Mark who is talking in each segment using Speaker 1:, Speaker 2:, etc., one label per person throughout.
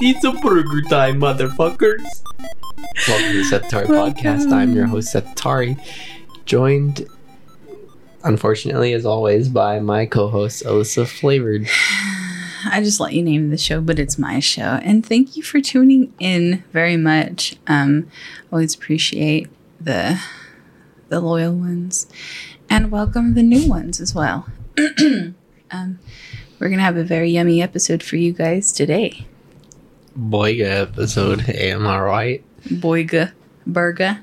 Speaker 1: It's a burger time, motherfuckers.
Speaker 2: Welcome to the Setari Podcast. I'm your host, Setari, joined, unfortunately, as always, by my co host, Alyssa Flavored.
Speaker 3: I just let you name the show, but it's my show. And thank you for tuning in very much. Um, always appreciate the the loyal ones, and welcome the new ones as well. um, we're gonna have a very yummy episode for you guys today.
Speaker 2: Boy, episode. Am I right?
Speaker 3: Boyga burga.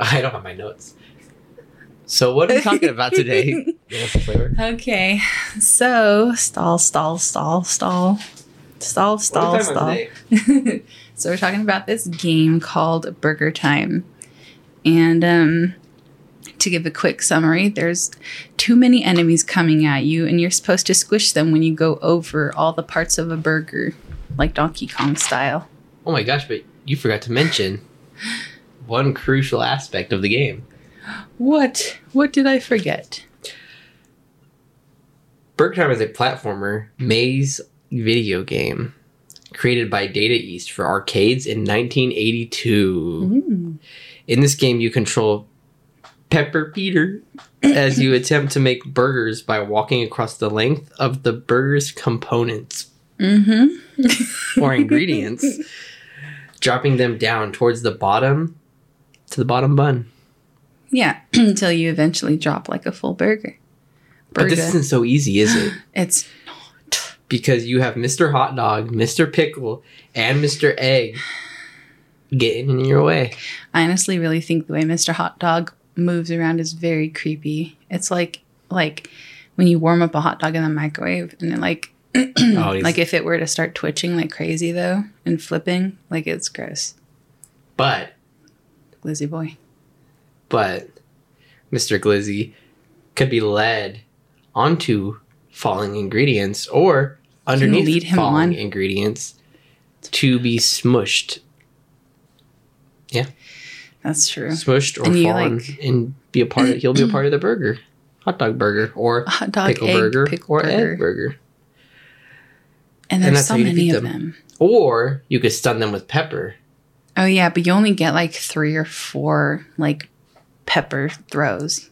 Speaker 2: I don't have my notes. So, what are we talking about today, Alyssa Flavored?
Speaker 3: Okay, so stall, stall, stall, stall, stall, stall, stall. so we're talking about this game called Burger Time. And um, to give a quick summary, there's too many enemies coming at you, and you're supposed to squish them when you go over all the parts of a burger, like Donkey Kong style.
Speaker 2: Oh my gosh, but you forgot to mention one crucial aspect of the game.
Speaker 3: What? What did I forget?
Speaker 2: Burger Time is a platformer maze video game created by Data East for arcades in
Speaker 3: Mm-hmm.
Speaker 2: 1982. In this game, you control Pepper Peter as you attempt to make burgers by walking across the length of the burger's components
Speaker 3: Mm-hmm.
Speaker 2: or ingredients, dropping them down towards the bottom to the bottom bun.
Speaker 3: Yeah, until you eventually drop like a full burger.
Speaker 2: But this
Speaker 3: Burger.
Speaker 2: isn't so easy, is it?
Speaker 3: It's
Speaker 2: Because you have Mr. Hot Dog, Mr. Pickle, and Mr. Egg getting in your way.
Speaker 3: I honestly really think the way Mr. Hot Dog moves around is very creepy. It's like like when you warm up a hot dog in the microwave and it like
Speaker 2: Oh, he's-
Speaker 3: like if it were to start twitching like crazy though and flipping, like it's gross.
Speaker 2: But
Speaker 3: Glizzy boy.
Speaker 2: but Mr. Glizzy could be led onto falling ingredients or underneath
Speaker 3: lead him
Speaker 2: falling
Speaker 3: on?
Speaker 2: ingredients to be smushed,
Speaker 3: That's true.
Speaker 2: smushed or
Speaker 3: And you,
Speaker 2: fallen,
Speaker 3: like-
Speaker 2: and be a part. Of, he'll be a part of the burger, hot dog burger, or
Speaker 3: Hot dog
Speaker 2: pickle
Speaker 3: egg
Speaker 2: burger,
Speaker 3: pickle
Speaker 2: or
Speaker 3: burger.
Speaker 2: egg burger. And
Speaker 3: And there's
Speaker 2: that's
Speaker 3: so
Speaker 2: how you
Speaker 3: many
Speaker 2: defeat
Speaker 3: of
Speaker 2: them.
Speaker 3: them.
Speaker 2: Or you could stun them with pepper.
Speaker 3: Oh yeah, but you only get like three or four like pepper throws.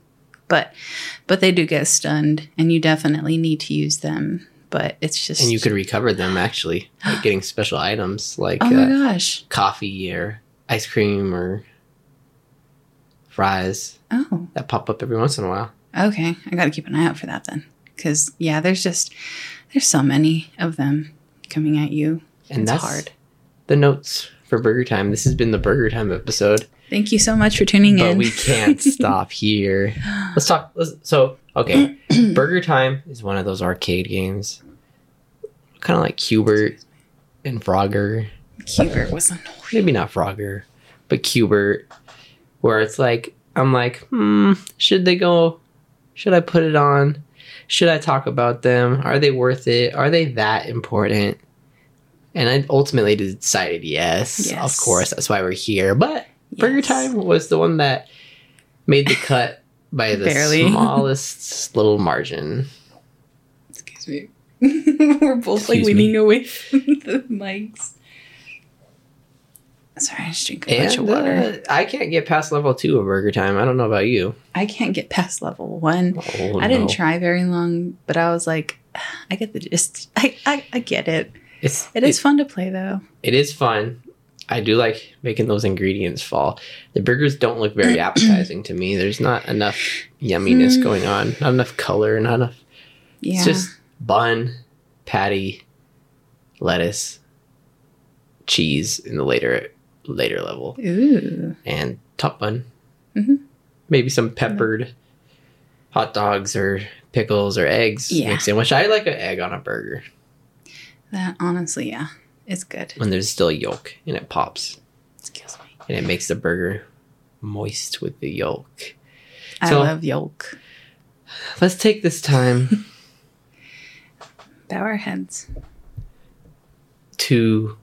Speaker 3: But but they do get stunned and you definitely need to use them. But it's just
Speaker 2: And you could recover them actually by getting special items like
Speaker 3: Oh
Speaker 2: uh,
Speaker 3: my gosh.
Speaker 2: coffee or ice cream or fries
Speaker 3: Oh.
Speaker 2: that pop up every once in a while.
Speaker 3: Okay, I got to keep an eye out for that then, because yeah, there's just there's so many of them coming at you.
Speaker 2: And
Speaker 3: it's
Speaker 2: that's
Speaker 3: hard.
Speaker 2: the notes for Burger Time. This has been the Burger Time episode,
Speaker 3: Thank you so much for tuning
Speaker 2: but
Speaker 3: in.
Speaker 2: we can't stop here. Let's talk. Let's, so, okay, Burger Time is one of those arcade games, kind of like Cubert and Frogger.
Speaker 3: Cubert was annoying.
Speaker 2: Maybe not Frogger, but Cubert, where it's like I'm like, hmm, should they go? Should I put it on? Should I talk about them? Are they worth it? Are they that important? And I ultimately decided yes,
Speaker 3: Yes.
Speaker 2: of course. That's why we're here. But Burger
Speaker 3: Yes.
Speaker 2: Time was the one that made the cut by the
Speaker 3: Barely.
Speaker 2: smallest little margin.
Speaker 3: Excuse me. We're both like
Speaker 2: Excuse
Speaker 3: leaning away from the mics. Sorry, I just drank a bunch
Speaker 2: And
Speaker 3: of water.
Speaker 2: uh, I can't get past level two of Burger Time. I don't know about you.
Speaker 3: I can't get past level one.
Speaker 2: Oh,
Speaker 3: I didn't
Speaker 2: no.
Speaker 3: try very long, but I was like, I get the gist. I, I, I get it.
Speaker 2: It's,
Speaker 3: It is fun to play though.
Speaker 2: it is fun. I do like making those ingredients fall. The burgers don't look very appetizing to me. There's not enough yumminess
Speaker 3: Mm.
Speaker 2: going on. Not enough color. Not enough.
Speaker 3: Yeah.
Speaker 2: It's just bun, patty, lettuce, cheese in the later later level,
Speaker 3: Ooh.
Speaker 2: and top bun.
Speaker 3: Mhm.
Speaker 2: Maybe some peppered hot dogs or pickles or eggs
Speaker 3: Yeah.
Speaker 2: mixed in. Which I like an egg on a burger
Speaker 3: That honestly, yeah, it's good.
Speaker 2: when there's still yolk and it pops.
Speaker 3: Excuse me.
Speaker 2: and it makes the burger moist with the yolk.
Speaker 3: I
Speaker 2: So-
Speaker 3: love yolk.
Speaker 2: Let's take this time
Speaker 3: Bow our heads.
Speaker 2: to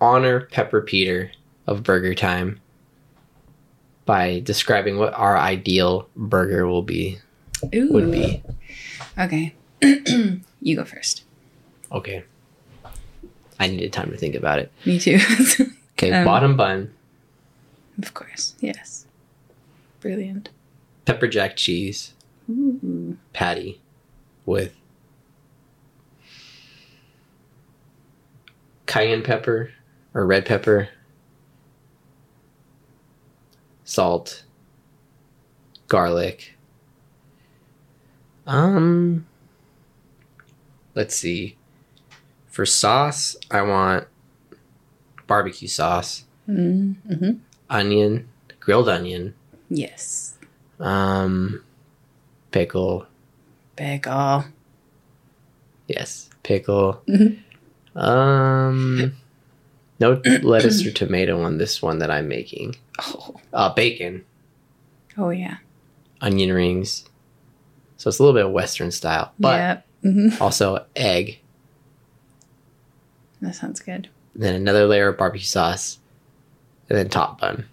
Speaker 2: honor Pepper Peter of Burger Time by describing what our ideal burger will be
Speaker 3: Ooh.
Speaker 2: would be.
Speaker 3: Okay. you go first.
Speaker 2: Okay. I needed time to think about it.
Speaker 3: Me too.
Speaker 2: Okay,
Speaker 3: Um,
Speaker 2: bottom bun,
Speaker 3: of course. Yes. Brilliant.
Speaker 2: pepper jack cheese,
Speaker 3: Ooh.
Speaker 2: patty with cayenne pepper or red pepper, salt, garlic. Um, let's see. For sauce, I want barbecue sauce,
Speaker 3: Mm-hmm.
Speaker 2: onion, grilled onion,
Speaker 3: Yes.
Speaker 2: um, pickle,
Speaker 3: Bagel.
Speaker 2: Yes, pickle.
Speaker 3: Mhm.
Speaker 2: Um, no lettuce or tomato on this one that I'm making.
Speaker 3: Oh.
Speaker 2: Uh, bacon,
Speaker 3: Oh yeah.
Speaker 2: onion rings. So it's a little bit of Western style, but
Speaker 3: yep. hmm
Speaker 2: also egg.
Speaker 3: That sounds good.
Speaker 2: Then another layer of barbecue sauce, and then top bun.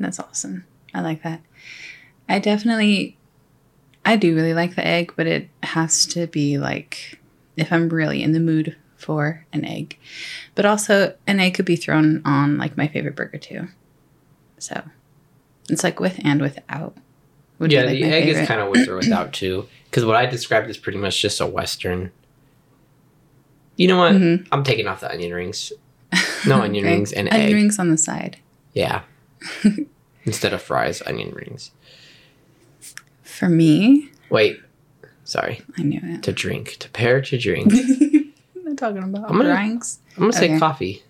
Speaker 3: That's awesome. I like that. I definitely I do really like the egg, but it has to be like if I'm really in the mood for an egg. But also an egg could be thrown on like my favorite burger too. So it's like with and without. Would
Speaker 2: yeah,
Speaker 3: be like
Speaker 2: the
Speaker 3: my
Speaker 2: egg
Speaker 3: favorite.
Speaker 2: is kind of with or without too, because what I described is pretty much just a Western. You know what?
Speaker 3: Mhm.
Speaker 2: I'm taking off the onion rings. No onion
Speaker 3: Okay.
Speaker 2: rings and
Speaker 3: Mm-hmm. Onion
Speaker 2: egg.
Speaker 3: rings on the side.
Speaker 2: Yeah. Instead of fries, onion rings.
Speaker 3: For me,
Speaker 2: Wait, sorry.
Speaker 3: I knew it.
Speaker 2: To drink, to pair, to drink.
Speaker 3: I'm talking about
Speaker 2: I'm gonna-
Speaker 3: drinks.
Speaker 2: I'm gonna say
Speaker 3: Okay.
Speaker 2: coffee,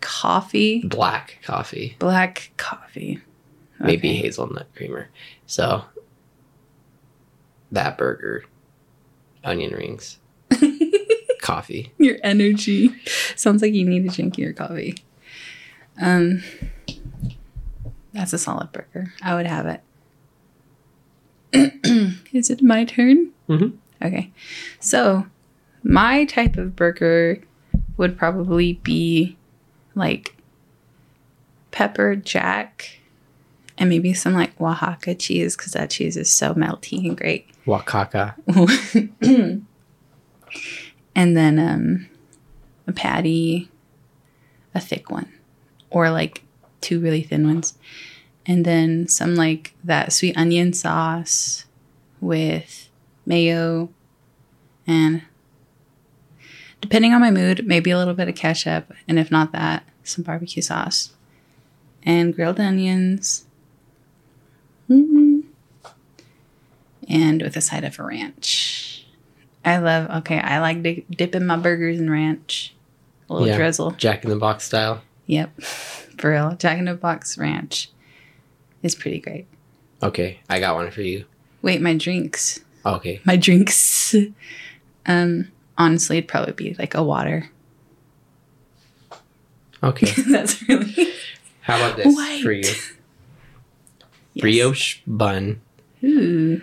Speaker 3: Coffee.
Speaker 2: black coffee,
Speaker 3: Black coffee.
Speaker 2: maybe
Speaker 3: Okay.
Speaker 2: hazelnut creamer. So that burger, onion rings, coffee.
Speaker 3: your energy. Sounds like you need to drink your coffee. Um, that's a solid burger. I would have it. Is it my turn?
Speaker 2: Mhm.
Speaker 3: Okay. So, my type of burger would probably be like pepper jack and maybe some like Oaxaca cheese because that cheese is so melty and great.
Speaker 2: Wakaka.
Speaker 3: and then um, a patty, a thick one, or like two really thin ones, and then some like that sweet onion sauce with mayo, and depending on my mood, maybe a little bit of ketchup, and if not that, some barbecue sauce, and grilled onions. Mm and with a side of ranch. I love, okay, I like di- dipping my burgers in ranch. A little
Speaker 2: Yeah.
Speaker 3: drizzle.
Speaker 2: Jack in the Box style.
Speaker 3: Yep. For real. Jack in the Box ranch is pretty great.
Speaker 2: Okay, I got one for you.
Speaker 3: Wait, my drinks.
Speaker 2: Okay,
Speaker 3: My drinks. Um, honestly, it'd probably be like a water.
Speaker 2: okay.
Speaker 3: That's really.
Speaker 2: How about this
Speaker 3: White.
Speaker 2: for you?
Speaker 3: Yes.
Speaker 2: Brioche bun.
Speaker 3: Ooh,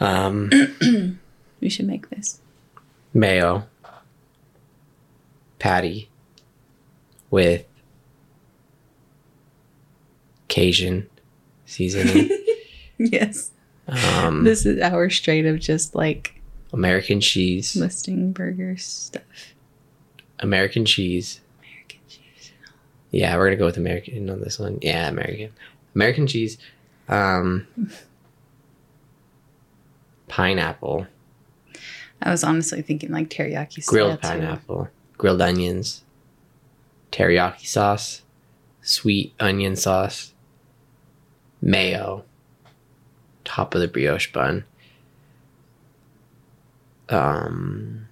Speaker 2: Um,
Speaker 3: we should make this.
Speaker 2: mayo patty with Cajun seasoning,
Speaker 3: Yes.
Speaker 2: um,
Speaker 3: This is our straight of just like
Speaker 2: American cheese,
Speaker 3: listing burger stuff.
Speaker 2: American cheese.
Speaker 3: American cheese.
Speaker 2: Yeah, we're gonna go with American on this one. Yeah, American, American cheese, um, pineapple,
Speaker 3: I was honestly thinking like teriyaki style,
Speaker 2: grilled
Speaker 3: too.
Speaker 2: pineapple, grilled onions, teriyaki sauce, sweet onion sauce, mayo, top of the brioche bun, um,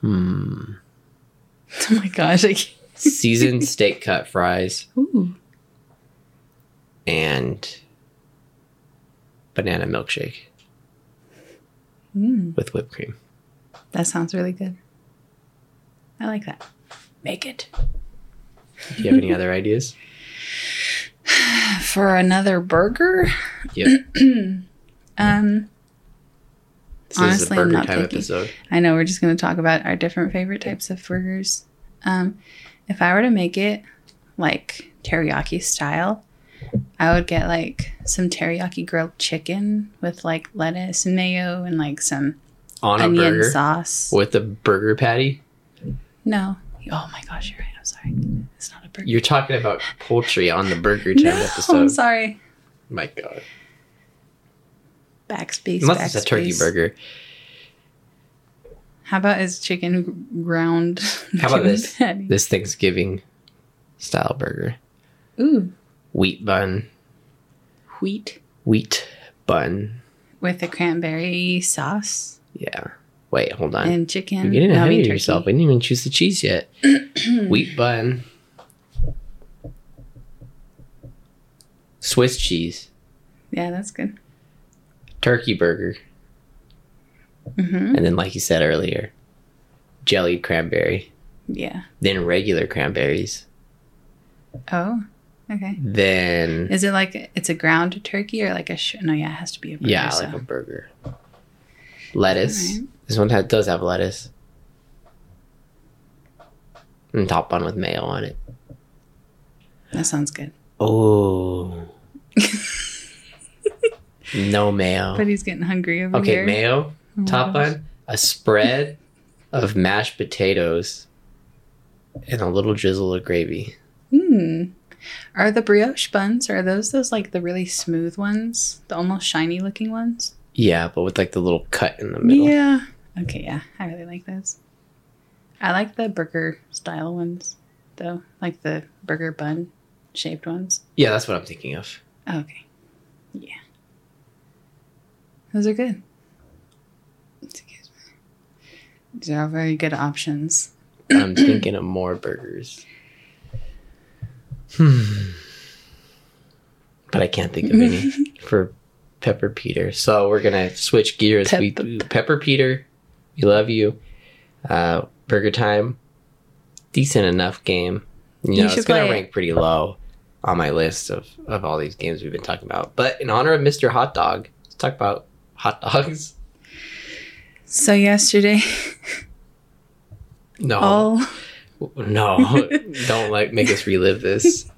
Speaker 2: hmm,
Speaker 3: Oh my gosh! I can't.
Speaker 2: seasoned steak cut fries,
Speaker 3: Ooh,
Speaker 2: and banana milkshake
Speaker 3: mm,
Speaker 2: with whipped cream.
Speaker 3: that sounds really good. I like that. Make it
Speaker 2: Do you have any other ideas?
Speaker 3: for another burger.
Speaker 2: Yep.
Speaker 3: Um,
Speaker 2: This is a
Speaker 3: Honestly, I'm
Speaker 2: burger
Speaker 3: not
Speaker 2: time
Speaker 3: picky.
Speaker 2: episode.
Speaker 3: I know we're just going to talk about our different favorite types of burgers. Um, if I were to make it, like teriyaki style, I would get like some teriyaki grilled chicken with like lettuce and mayo and like some
Speaker 2: on a
Speaker 3: onion
Speaker 2: burger
Speaker 3: sauce.
Speaker 2: with a burger patty.
Speaker 3: No. Oh my gosh, you're right. I'm sorry. It's not a burger.
Speaker 2: You're talking about poultry on the Burger Time
Speaker 3: no, I'm
Speaker 2: episode.
Speaker 3: sorry.
Speaker 2: My God,
Speaker 3: Backspace.
Speaker 2: unless it's a turkey
Speaker 3: backspace.
Speaker 2: burger.
Speaker 3: How about is chicken ground?
Speaker 2: How about
Speaker 3: chicken
Speaker 2: this?
Speaker 3: patty?
Speaker 2: This Thanksgiving style burger,
Speaker 3: Ooh,
Speaker 2: wheat bun,
Speaker 3: wheat
Speaker 2: wheat bun.
Speaker 3: with a cranberry sauce
Speaker 2: Yeah. Wait, hold on.
Speaker 3: and chicken.
Speaker 2: You're getting
Speaker 3: No, I
Speaker 2: ahead
Speaker 3: mean
Speaker 2: of
Speaker 3: turkey.
Speaker 2: yourself. We didn't even choose the cheese yet. Wheat bun. Swiss cheese.
Speaker 3: Yeah, that's good.
Speaker 2: Turkey burger.
Speaker 3: hmm
Speaker 2: And then, like you said earlier, jellied cranberry.
Speaker 3: Yeah.
Speaker 2: Then regular cranberries.
Speaker 3: Oh, okay.
Speaker 2: Then,
Speaker 3: Is it like it's a ground turkey or like a sh- no? Yeah, it has to be a burger.
Speaker 2: yeah,
Speaker 3: so.
Speaker 2: like a burger. Lettuce.
Speaker 3: Alright.
Speaker 2: This one ha does have lettuce. And top bun with mayo on it.
Speaker 3: that sounds good.
Speaker 2: Oh. no mayo.
Speaker 3: But he's getting hungry over
Speaker 2: Okay,
Speaker 3: here.
Speaker 2: mayo,
Speaker 3: Oh my
Speaker 2: top
Speaker 3: gosh.
Speaker 2: bun, a spread of mashed potatoes, and a little drizzle of gravy.
Speaker 3: Hmm. Are the brioche buns? Are those those like the really smooth ones, the almost shiny looking ones?
Speaker 2: Yeah, but with like the little cut in the middle.
Speaker 3: Yeah. Okay, yeah. I really like those. I like the burger style ones, though, like the burger bun shaped ones.
Speaker 2: Yeah, that's what I'm thinking of.
Speaker 3: Oh, okay. Yeah. Those are good. Excuse me. These are very good options.
Speaker 2: I'm thinking of more burgers. Hmm. But I can't think of any for Pepper Peter. So we're gonna switch gears. we
Speaker 3: Pep-
Speaker 2: do Pepper Peter. We love you. Uh, Burger Time. Decent enough game. You
Speaker 3: You
Speaker 2: know,
Speaker 3: should
Speaker 2: it's gonna
Speaker 3: play it.
Speaker 2: rank pretty low on my list of, of all these games we've been talking about. But in honor of Mr. Hot Dog, let's talk about hot dogs.
Speaker 3: So, yesterday,
Speaker 2: No.
Speaker 3: all Oh.
Speaker 2: No. don't like make us relive this.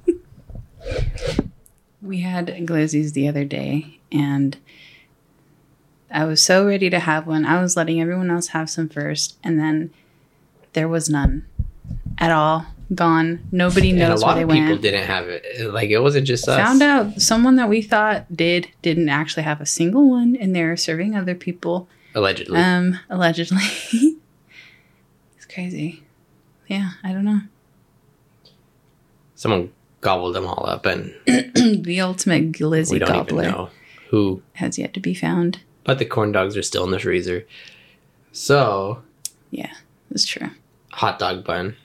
Speaker 3: We had glizzies the other day, and I was so ready to have one. I was letting everyone else have some first, and then there was none at all. Gone. Nobody
Speaker 2: and a
Speaker 3: knows where
Speaker 2: lot
Speaker 3: they
Speaker 2: of people
Speaker 3: went.
Speaker 2: didn't have it. Like it wasn't just us.
Speaker 3: Found out someone that we thought did didn't actually have a single one, and they're serving other people.
Speaker 2: Allegedly.
Speaker 3: Um, allegedly, it's crazy. Yeah, I don't know.
Speaker 2: Someone gobbled them all up, and
Speaker 3: the ultimate
Speaker 2: we
Speaker 3: glizzy
Speaker 2: don't even
Speaker 3: gobbler
Speaker 2: know who.
Speaker 3: has yet to be found.
Speaker 2: But the corn dogs are still in the freezer. So
Speaker 3: It's true.
Speaker 2: hot dog bun,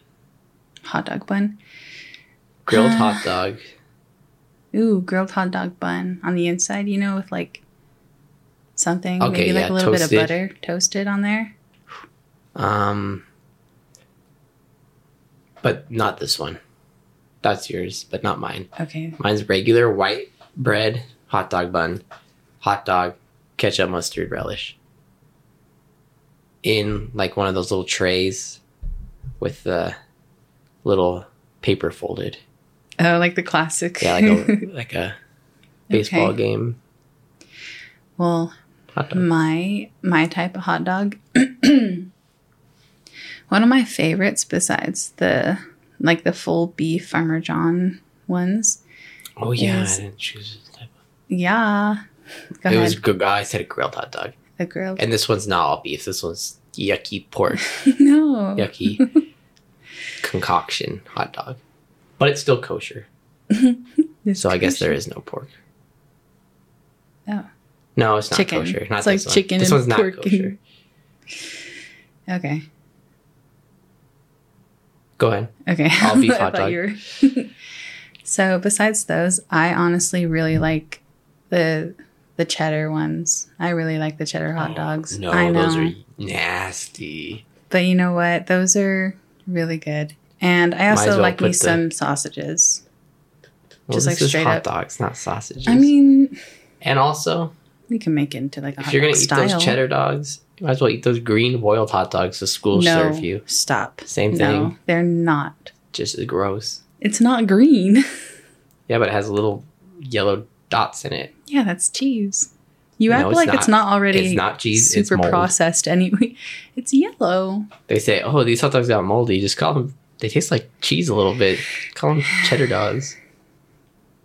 Speaker 3: Hot dog bun.
Speaker 2: grilled
Speaker 3: Ah.
Speaker 2: hot dog.
Speaker 3: Ooh, grilled hot dog bun on the inside, you know, with like something,
Speaker 2: Okay,
Speaker 3: maybe like
Speaker 2: yeah,
Speaker 3: a little
Speaker 2: toasted.
Speaker 3: bit of butter toasted on there.
Speaker 2: Um, but not this one. That's yours, but not mine.
Speaker 3: Okay.
Speaker 2: Mine's regular white bread hot dog bun, hot dog, ketchup, mustard, relish. In like one of those little trays with the little paper folded.
Speaker 3: Oh, like the classic.
Speaker 2: Yeah, like a like a baseball
Speaker 3: Okay. Mm.
Speaker 2: game
Speaker 3: well,
Speaker 2: hot dog.
Speaker 3: my my type of hot dog. One of my favorites besides the like the full beef Farmer John ones.
Speaker 2: Oh yeah,
Speaker 3: Yes.
Speaker 2: I didn't choose. this type.
Speaker 3: Yeah. Go
Speaker 2: it
Speaker 3: ahead.
Speaker 2: was good. I said a grilled hot dog,
Speaker 3: the grilled.
Speaker 2: and this one's not all beef. This one's yucky pork,
Speaker 3: no.
Speaker 2: yucky concoction hot dog, but it's still kosher.
Speaker 3: It's
Speaker 2: So I guess
Speaker 3: kosher.
Speaker 2: there is no pork.
Speaker 3: Oh.
Speaker 2: No, it's not
Speaker 3: Chicken.
Speaker 2: kosher. Not
Speaker 3: It's like
Speaker 2: this one.
Speaker 3: chicken
Speaker 2: This
Speaker 3: and
Speaker 2: one's not
Speaker 3: pork and-
Speaker 2: kosher.
Speaker 3: Okay.
Speaker 2: Go ahead.
Speaker 3: Okay.
Speaker 2: All beef
Speaker 3: I
Speaker 2: hot
Speaker 3: thought
Speaker 2: dog.
Speaker 3: you were- so besides those, I honestly really like the the cheddar ones. I really like the cheddar hot dogs.
Speaker 2: Oh, No,
Speaker 3: I know.
Speaker 2: those are nasty.
Speaker 3: But you know what? Those are really good. And I
Speaker 2: Might as
Speaker 3: also
Speaker 2: well
Speaker 3: like me
Speaker 2: put the-
Speaker 3: some sausages.
Speaker 2: Well,
Speaker 3: Just,
Speaker 2: this
Speaker 3: like,
Speaker 2: is
Speaker 3: straight
Speaker 2: hot
Speaker 3: up-
Speaker 2: dogs, not sausages.
Speaker 3: I mean,
Speaker 2: and also,
Speaker 3: you can make it into like a hot
Speaker 2: if you're gonna
Speaker 3: dog
Speaker 2: eat
Speaker 3: style.
Speaker 2: those cheddar dogs, you might as well eat those green boiled hot dogs the schools
Speaker 3: no,
Speaker 2: serve you.
Speaker 3: stop.
Speaker 2: Same thing,
Speaker 3: No, they're not.
Speaker 2: just as gross.
Speaker 3: It's not green.
Speaker 2: Yeah, but it has little yellow dots in it.
Speaker 3: yeah, that's cheese. You
Speaker 2: No,
Speaker 3: act
Speaker 2: it's
Speaker 3: like
Speaker 2: not.
Speaker 3: it's not already
Speaker 2: It's not cheese. it's
Speaker 3: super
Speaker 2: mold.
Speaker 3: processed anyway. It's yellow.
Speaker 2: They say, "Oh, these hot dogs got moldy." Just call them. They taste like cheese a little bit. Call them cheddar dogs.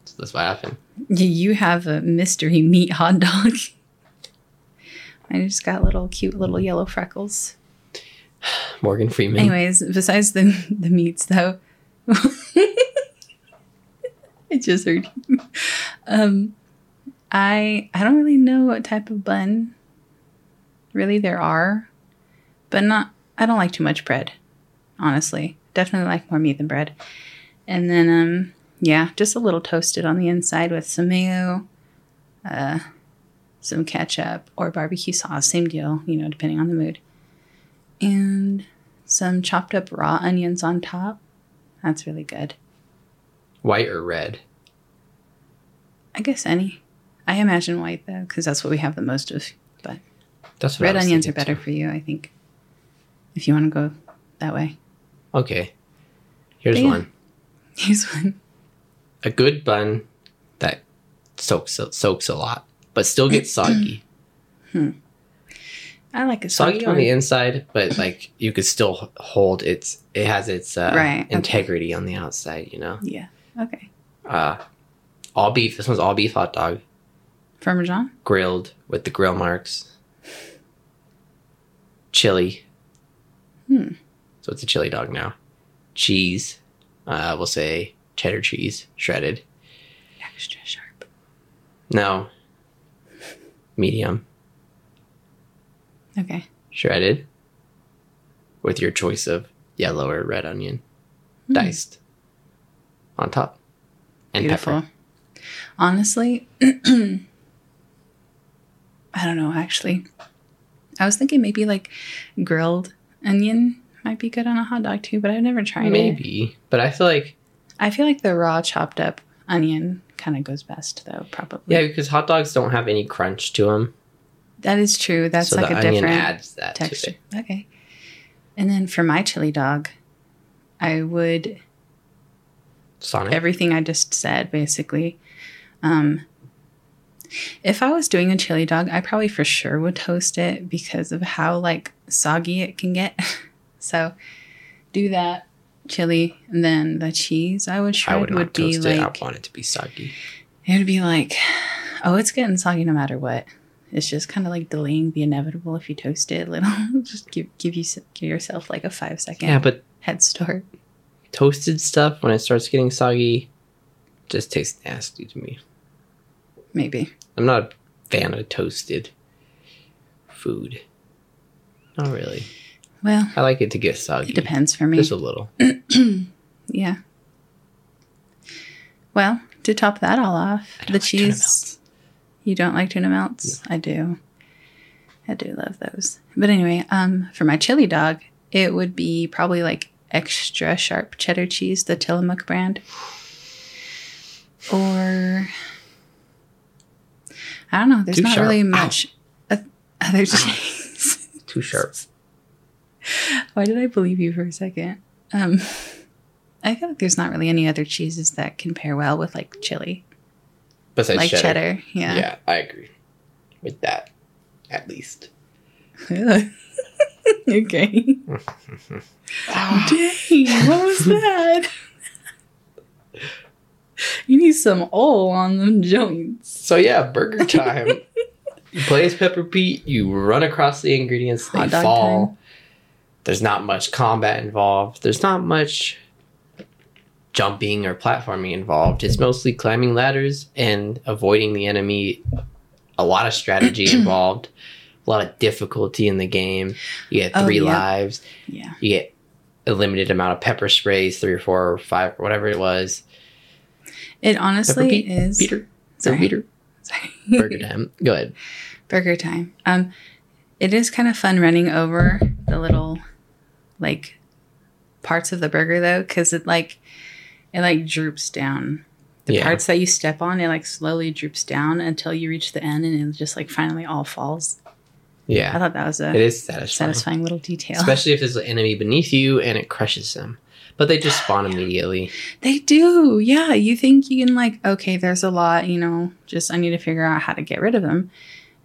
Speaker 2: So that's what happened.
Speaker 3: Y- You have a mystery meat hot dog. I just got little cute little yellow freckles.
Speaker 2: Morgan Freeman.
Speaker 3: Anyways, besides the the meats though, I just heard. you. Um, I I don't really know what type of bun. Really, there are, but not. I don't like too much bread, honestly. Definitely like more meat than bread, and then um yeah, just a little toasted on the inside with some mayo, uh, some ketchup or barbecue sauce. Same deal, you know, depending on the mood, and some chopped up raw onions on top. That's really good.
Speaker 2: White or red?
Speaker 3: I guess any. I imagine white though, because that's what we have the most of.
Speaker 2: That's what I
Speaker 3: Red
Speaker 2: was
Speaker 3: onions are
Speaker 2: thinking,
Speaker 3: better
Speaker 2: too.
Speaker 3: for you, I think. If you want to go that way,
Speaker 2: Okay. Here's
Speaker 3: Yeah.
Speaker 2: one.
Speaker 3: here's one.
Speaker 2: A good bun that soaks soaks a lot, but still gets soggy.
Speaker 3: I like a
Speaker 2: soggy
Speaker 3: soft
Speaker 2: on
Speaker 3: one.
Speaker 2: the inside, but like you could still hold its. It has its uh,
Speaker 3: Right, okay.
Speaker 2: integrity on the outside. You know.
Speaker 3: Yeah. Okay.
Speaker 2: Uh, all beef. This one's all beef hot dog
Speaker 3: Parmesan.
Speaker 2: grilled with the grill marks. Chili.
Speaker 3: Hmm.
Speaker 2: So it's a chili dog now. Cheese. Uh, we'll say cheddar cheese shredded.
Speaker 3: Extra sharp.
Speaker 2: No. Medium.
Speaker 3: Okay.
Speaker 2: shredded with your choice of yellow or red onion
Speaker 3: Mm.
Speaker 2: diced on top and
Speaker 3: Beautiful.
Speaker 2: pepper
Speaker 3: Honestly, I don't know. Actually, I was thinking maybe like grilled onion might be good on a hot dog too, but I've never tried it.
Speaker 2: maybe but i feel like
Speaker 3: I feel like the raw chopped up onion kind of goes best though, probably.
Speaker 2: yeah because hot dogs don't have any crunch to them
Speaker 3: That is true. That's
Speaker 2: so
Speaker 3: like
Speaker 2: the
Speaker 3: a
Speaker 2: onion
Speaker 3: different
Speaker 2: adds that to
Speaker 3: texture.
Speaker 2: it
Speaker 3: Okay. And then for my chili dog, I would
Speaker 2: sonic
Speaker 3: everything I just said basically. Um if I was doing a chili dog, I probably for sure would toast it because of how like soggy it can get. so do that chili and then the cheese I would shred
Speaker 2: i would not
Speaker 3: be
Speaker 2: toast
Speaker 3: like
Speaker 2: it i want it to be soggy
Speaker 3: It would be like, oh, it's getting soggy no matter what. It's just kind of like delaying the inevitable if you toast it a little. just give give you give yourself like a five second
Speaker 2: yeah. but
Speaker 3: head start.
Speaker 2: toasted stuff when it starts getting soggy just tastes nasty to me
Speaker 3: Maybe
Speaker 2: i'm not a fan of toasted food not really
Speaker 3: well,
Speaker 2: i like it to get soggy
Speaker 3: it depends for me.
Speaker 2: just a little
Speaker 3: yeah. Well, to top that all off,
Speaker 2: I
Speaker 3: the
Speaker 2: don't like tuna
Speaker 3: cheese. You don't like tuna melts? I do. I do love those. But anyway, um, for my chili dog, it would be probably like extra sharp cheddar cheese, the Tillamook brand. Or I don't know, there's
Speaker 2: Too
Speaker 3: not
Speaker 2: sharp.
Speaker 3: really
Speaker 2: Ow.
Speaker 3: much oth- other cheese.
Speaker 2: too sharp
Speaker 3: Why did I believe you for a second? Um, I feel like there's not really any other cheeses that can pair well with like chili,
Speaker 2: Besides
Speaker 3: like
Speaker 2: cheddar.
Speaker 3: cheddar.
Speaker 2: Yeah.
Speaker 3: Yeah.
Speaker 2: I agree with that. At least.
Speaker 3: okay. Ah. Dang, what was that? you need some oil on them joints.
Speaker 2: so yeah, burger time. you place pepper pete, you run across the ingredients, they
Speaker 3: Hot dog
Speaker 2: fall.
Speaker 3: time.
Speaker 2: There's not much combat involved. There's not much jumping or platforming involved. It's mostly climbing ladders and avoiding the enemy. A lot of strategy involved. A lot of difficulty in the game. You get
Speaker 3: Oh,
Speaker 2: three
Speaker 3: yeah.
Speaker 2: lives.
Speaker 3: Yeah.
Speaker 2: you get a limited amount of pepper sprays, three or four or five or whatever it was.
Speaker 3: It honestly
Speaker 2: Pete-
Speaker 3: is.
Speaker 2: Peter,
Speaker 3: Sorry.
Speaker 2: Peter,
Speaker 3: Sorry.
Speaker 2: burger time. Go ahead.
Speaker 3: Burger time. Um, it is kind of fun running over the little like parts of the burger though, because it like it like droops down. The
Speaker 2: Yeah.
Speaker 3: parts that you step on, it like slowly droops down until you reach the end, and it just like finally all falls. I
Speaker 2: Yeah,
Speaker 3: thought that was a
Speaker 2: it is satisfying,
Speaker 3: satisfying little detail.
Speaker 2: especially if there's an enemy beneath you and it crushes them. But they just spawn immediately.
Speaker 3: They do. Yeah. You think you can, like, okay, there's a lot, you know, just I need to figure out how to get rid of them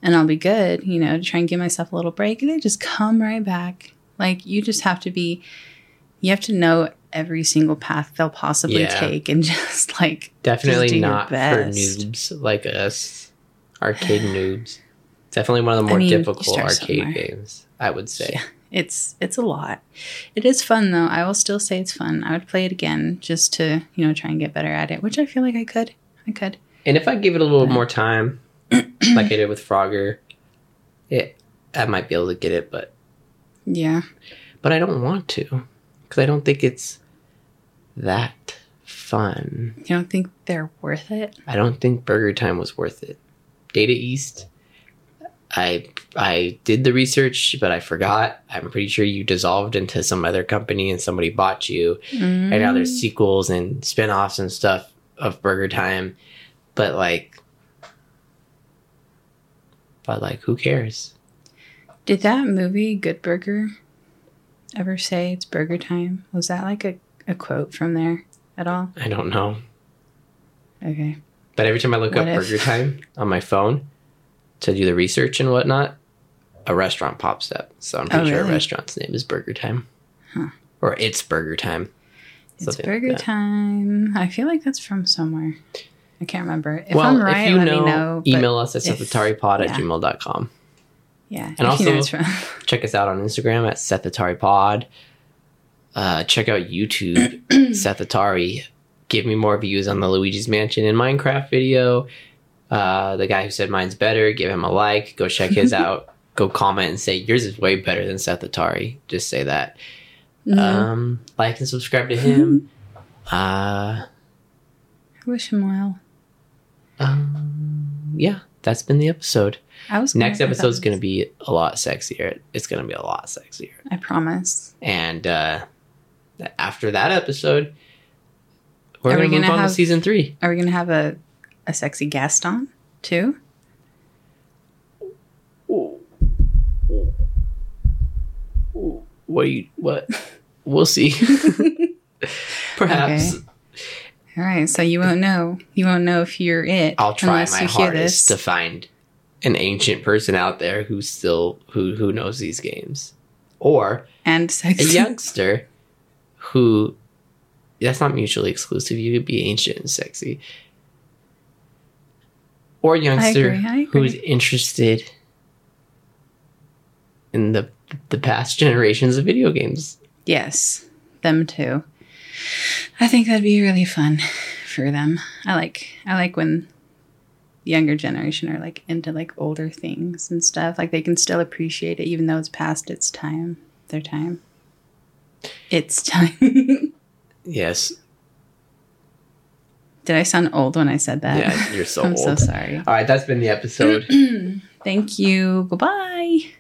Speaker 3: and I'll be good, you know, to try and give myself a little break. And they just come right back. Like, you just have to be, you have to know every single path they'll possibly
Speaker 2: Yeah.
Speaker 3: take and just like, do
Speaker 2: Definitely
Speaker 3: your
Speaker 2: not for
Speaker 3: best.
Speaker 2: noobs like us, arcade noobs. Definitely one of the
Speaker 3: I
Speaker 2: more
Speaker 3: mean, you
Speaker 2: difficult
Speaker 3: start
Speaker 2: arcade
Speaker 3: somewhere.
Speaker 2: games, I would say.
Speaker 3: it's it's a lot it is fun though i will still say it's fun i would play it again just to you know try and get better at it which i feel like i could i could
Speaker 2: And if I give it a little more time, like I did with Frogger, it I might be able to get it, but
Speaker 3: yeah
Speaker 2: but I don't want to because I don't think it's that fun.
Speaker 3: you don't think they're worth it
Speaker 2: I don't think Burger Time was worth it. Data East, I I did the research, but I forgot. I'm pretty sure you dissolved into some other company and somebody bought you, and now there's sequels and spin-offs and stuff of Burger Time, but like. But like, who cares?
Speaker 3: did that movie good burger ever say it's burger time was that like a, a quote from there at all
Speaker 2: I don't know.
Speaker 3: okay
Speaker 2: But every time I look up
Speaker 3: What if-
Speaker 2: Burger Time on my phone to do the research and whatnot, a restaurant pops up. So I'm pretty
Speaker 3: Oh,
Speaker 2: sure
Speaker 3: really?
Speaker 2: a restaurant's name is Burger Time.
Speaker 3: Huh.
Speaker 2: Or it's Burger Time.
Speaker 3: it's
Speaker 2: Something like
Speaker 3: burger
Speaker 2: that.
Speaker 3: time i feel like that's from somewhere i can't remember if
Speaker 2: well,
Speaker 3: i'm right
Speaker 2: if you
Speaker 3: let
Speaker 2: know,
Speaker 3: me know but-
Speaker 2: email us at
Speaker 3: if-
Speaker 2: sethataripod at
Speaker 3: yeah.
Speaker 2: gmail.com.
Speaker 3: yeah
Speaker 2: and
Speaker 3: if you know
Speaker 2: also-
Speaker 3: it's from
Speaker 2: Check us out on Instagram at sethataripod. Uh, check out YouTube, Sethatari. Give me more views on the Luigi's Mansion and Minecraft video. Uh, the guy who said mine's better, give him a like. Go check his out. Go comment and say yours is way better than Seth Atari. Just say that.
Speaker 3: Mhm.
Speaker 2: Um, like and subscribe to him. uh,
Speaker 3: wish him well
Speaker 2: um, yeah, that's been the episode.
Speaker 3: I was
Speaker 2: Next episode's going to be a lot sexier. It's going to be a lot sexier.
Speaker 3: I promise.
Speaker 2: And uh, after that episode, we're
Speaker 3: Are we
Speaker 2: going to move
Speaker 3: gonna
Speaker 2: on
Speaker 3: have-
Speaker 2: to season three.
Speaker 3: Are we gonna have a a sexy Gaston too?
Speaker 2: What do you, what? We'll see. Perhaps
Speaker 3: All right, so you won't know. You won't know if you're it.
Speaker 2: I'll try
Speaker 3: unless
Speaker 2: my
Speaker 3: you hear this.
Speaker 2: hardest to find an ancient person out there who still who who knows these games, or
Speaker 3: and
Speaker 2: a
Speaker 3: sexy.
Speaker 2: youngster who that's not mutually exclusive. You could be ancient and sexy, or a youngster
Speaker 3: agree, I
Speaker 2: who is
Speaker 3: agree.
Speaker 2: interested in the the past generations of video games.
Speaker 3: Yes, them too. I think that'd be really fun for them. I like I like when the younger generation are like into like older things and stuff. Like they can still appreciate it even though it's past its time. Their time. It's time.
Speaker 2: Yes,
Speaker 3: Did I sound old when I said that?
Speaker 2: yeah, you're so
Speaker 3: I'm
Speaker 2: old.
Speaker 3: so sorry.
Speaker 2: All right, that's been the episode.
Speaker 3: Thank you. Goodbye.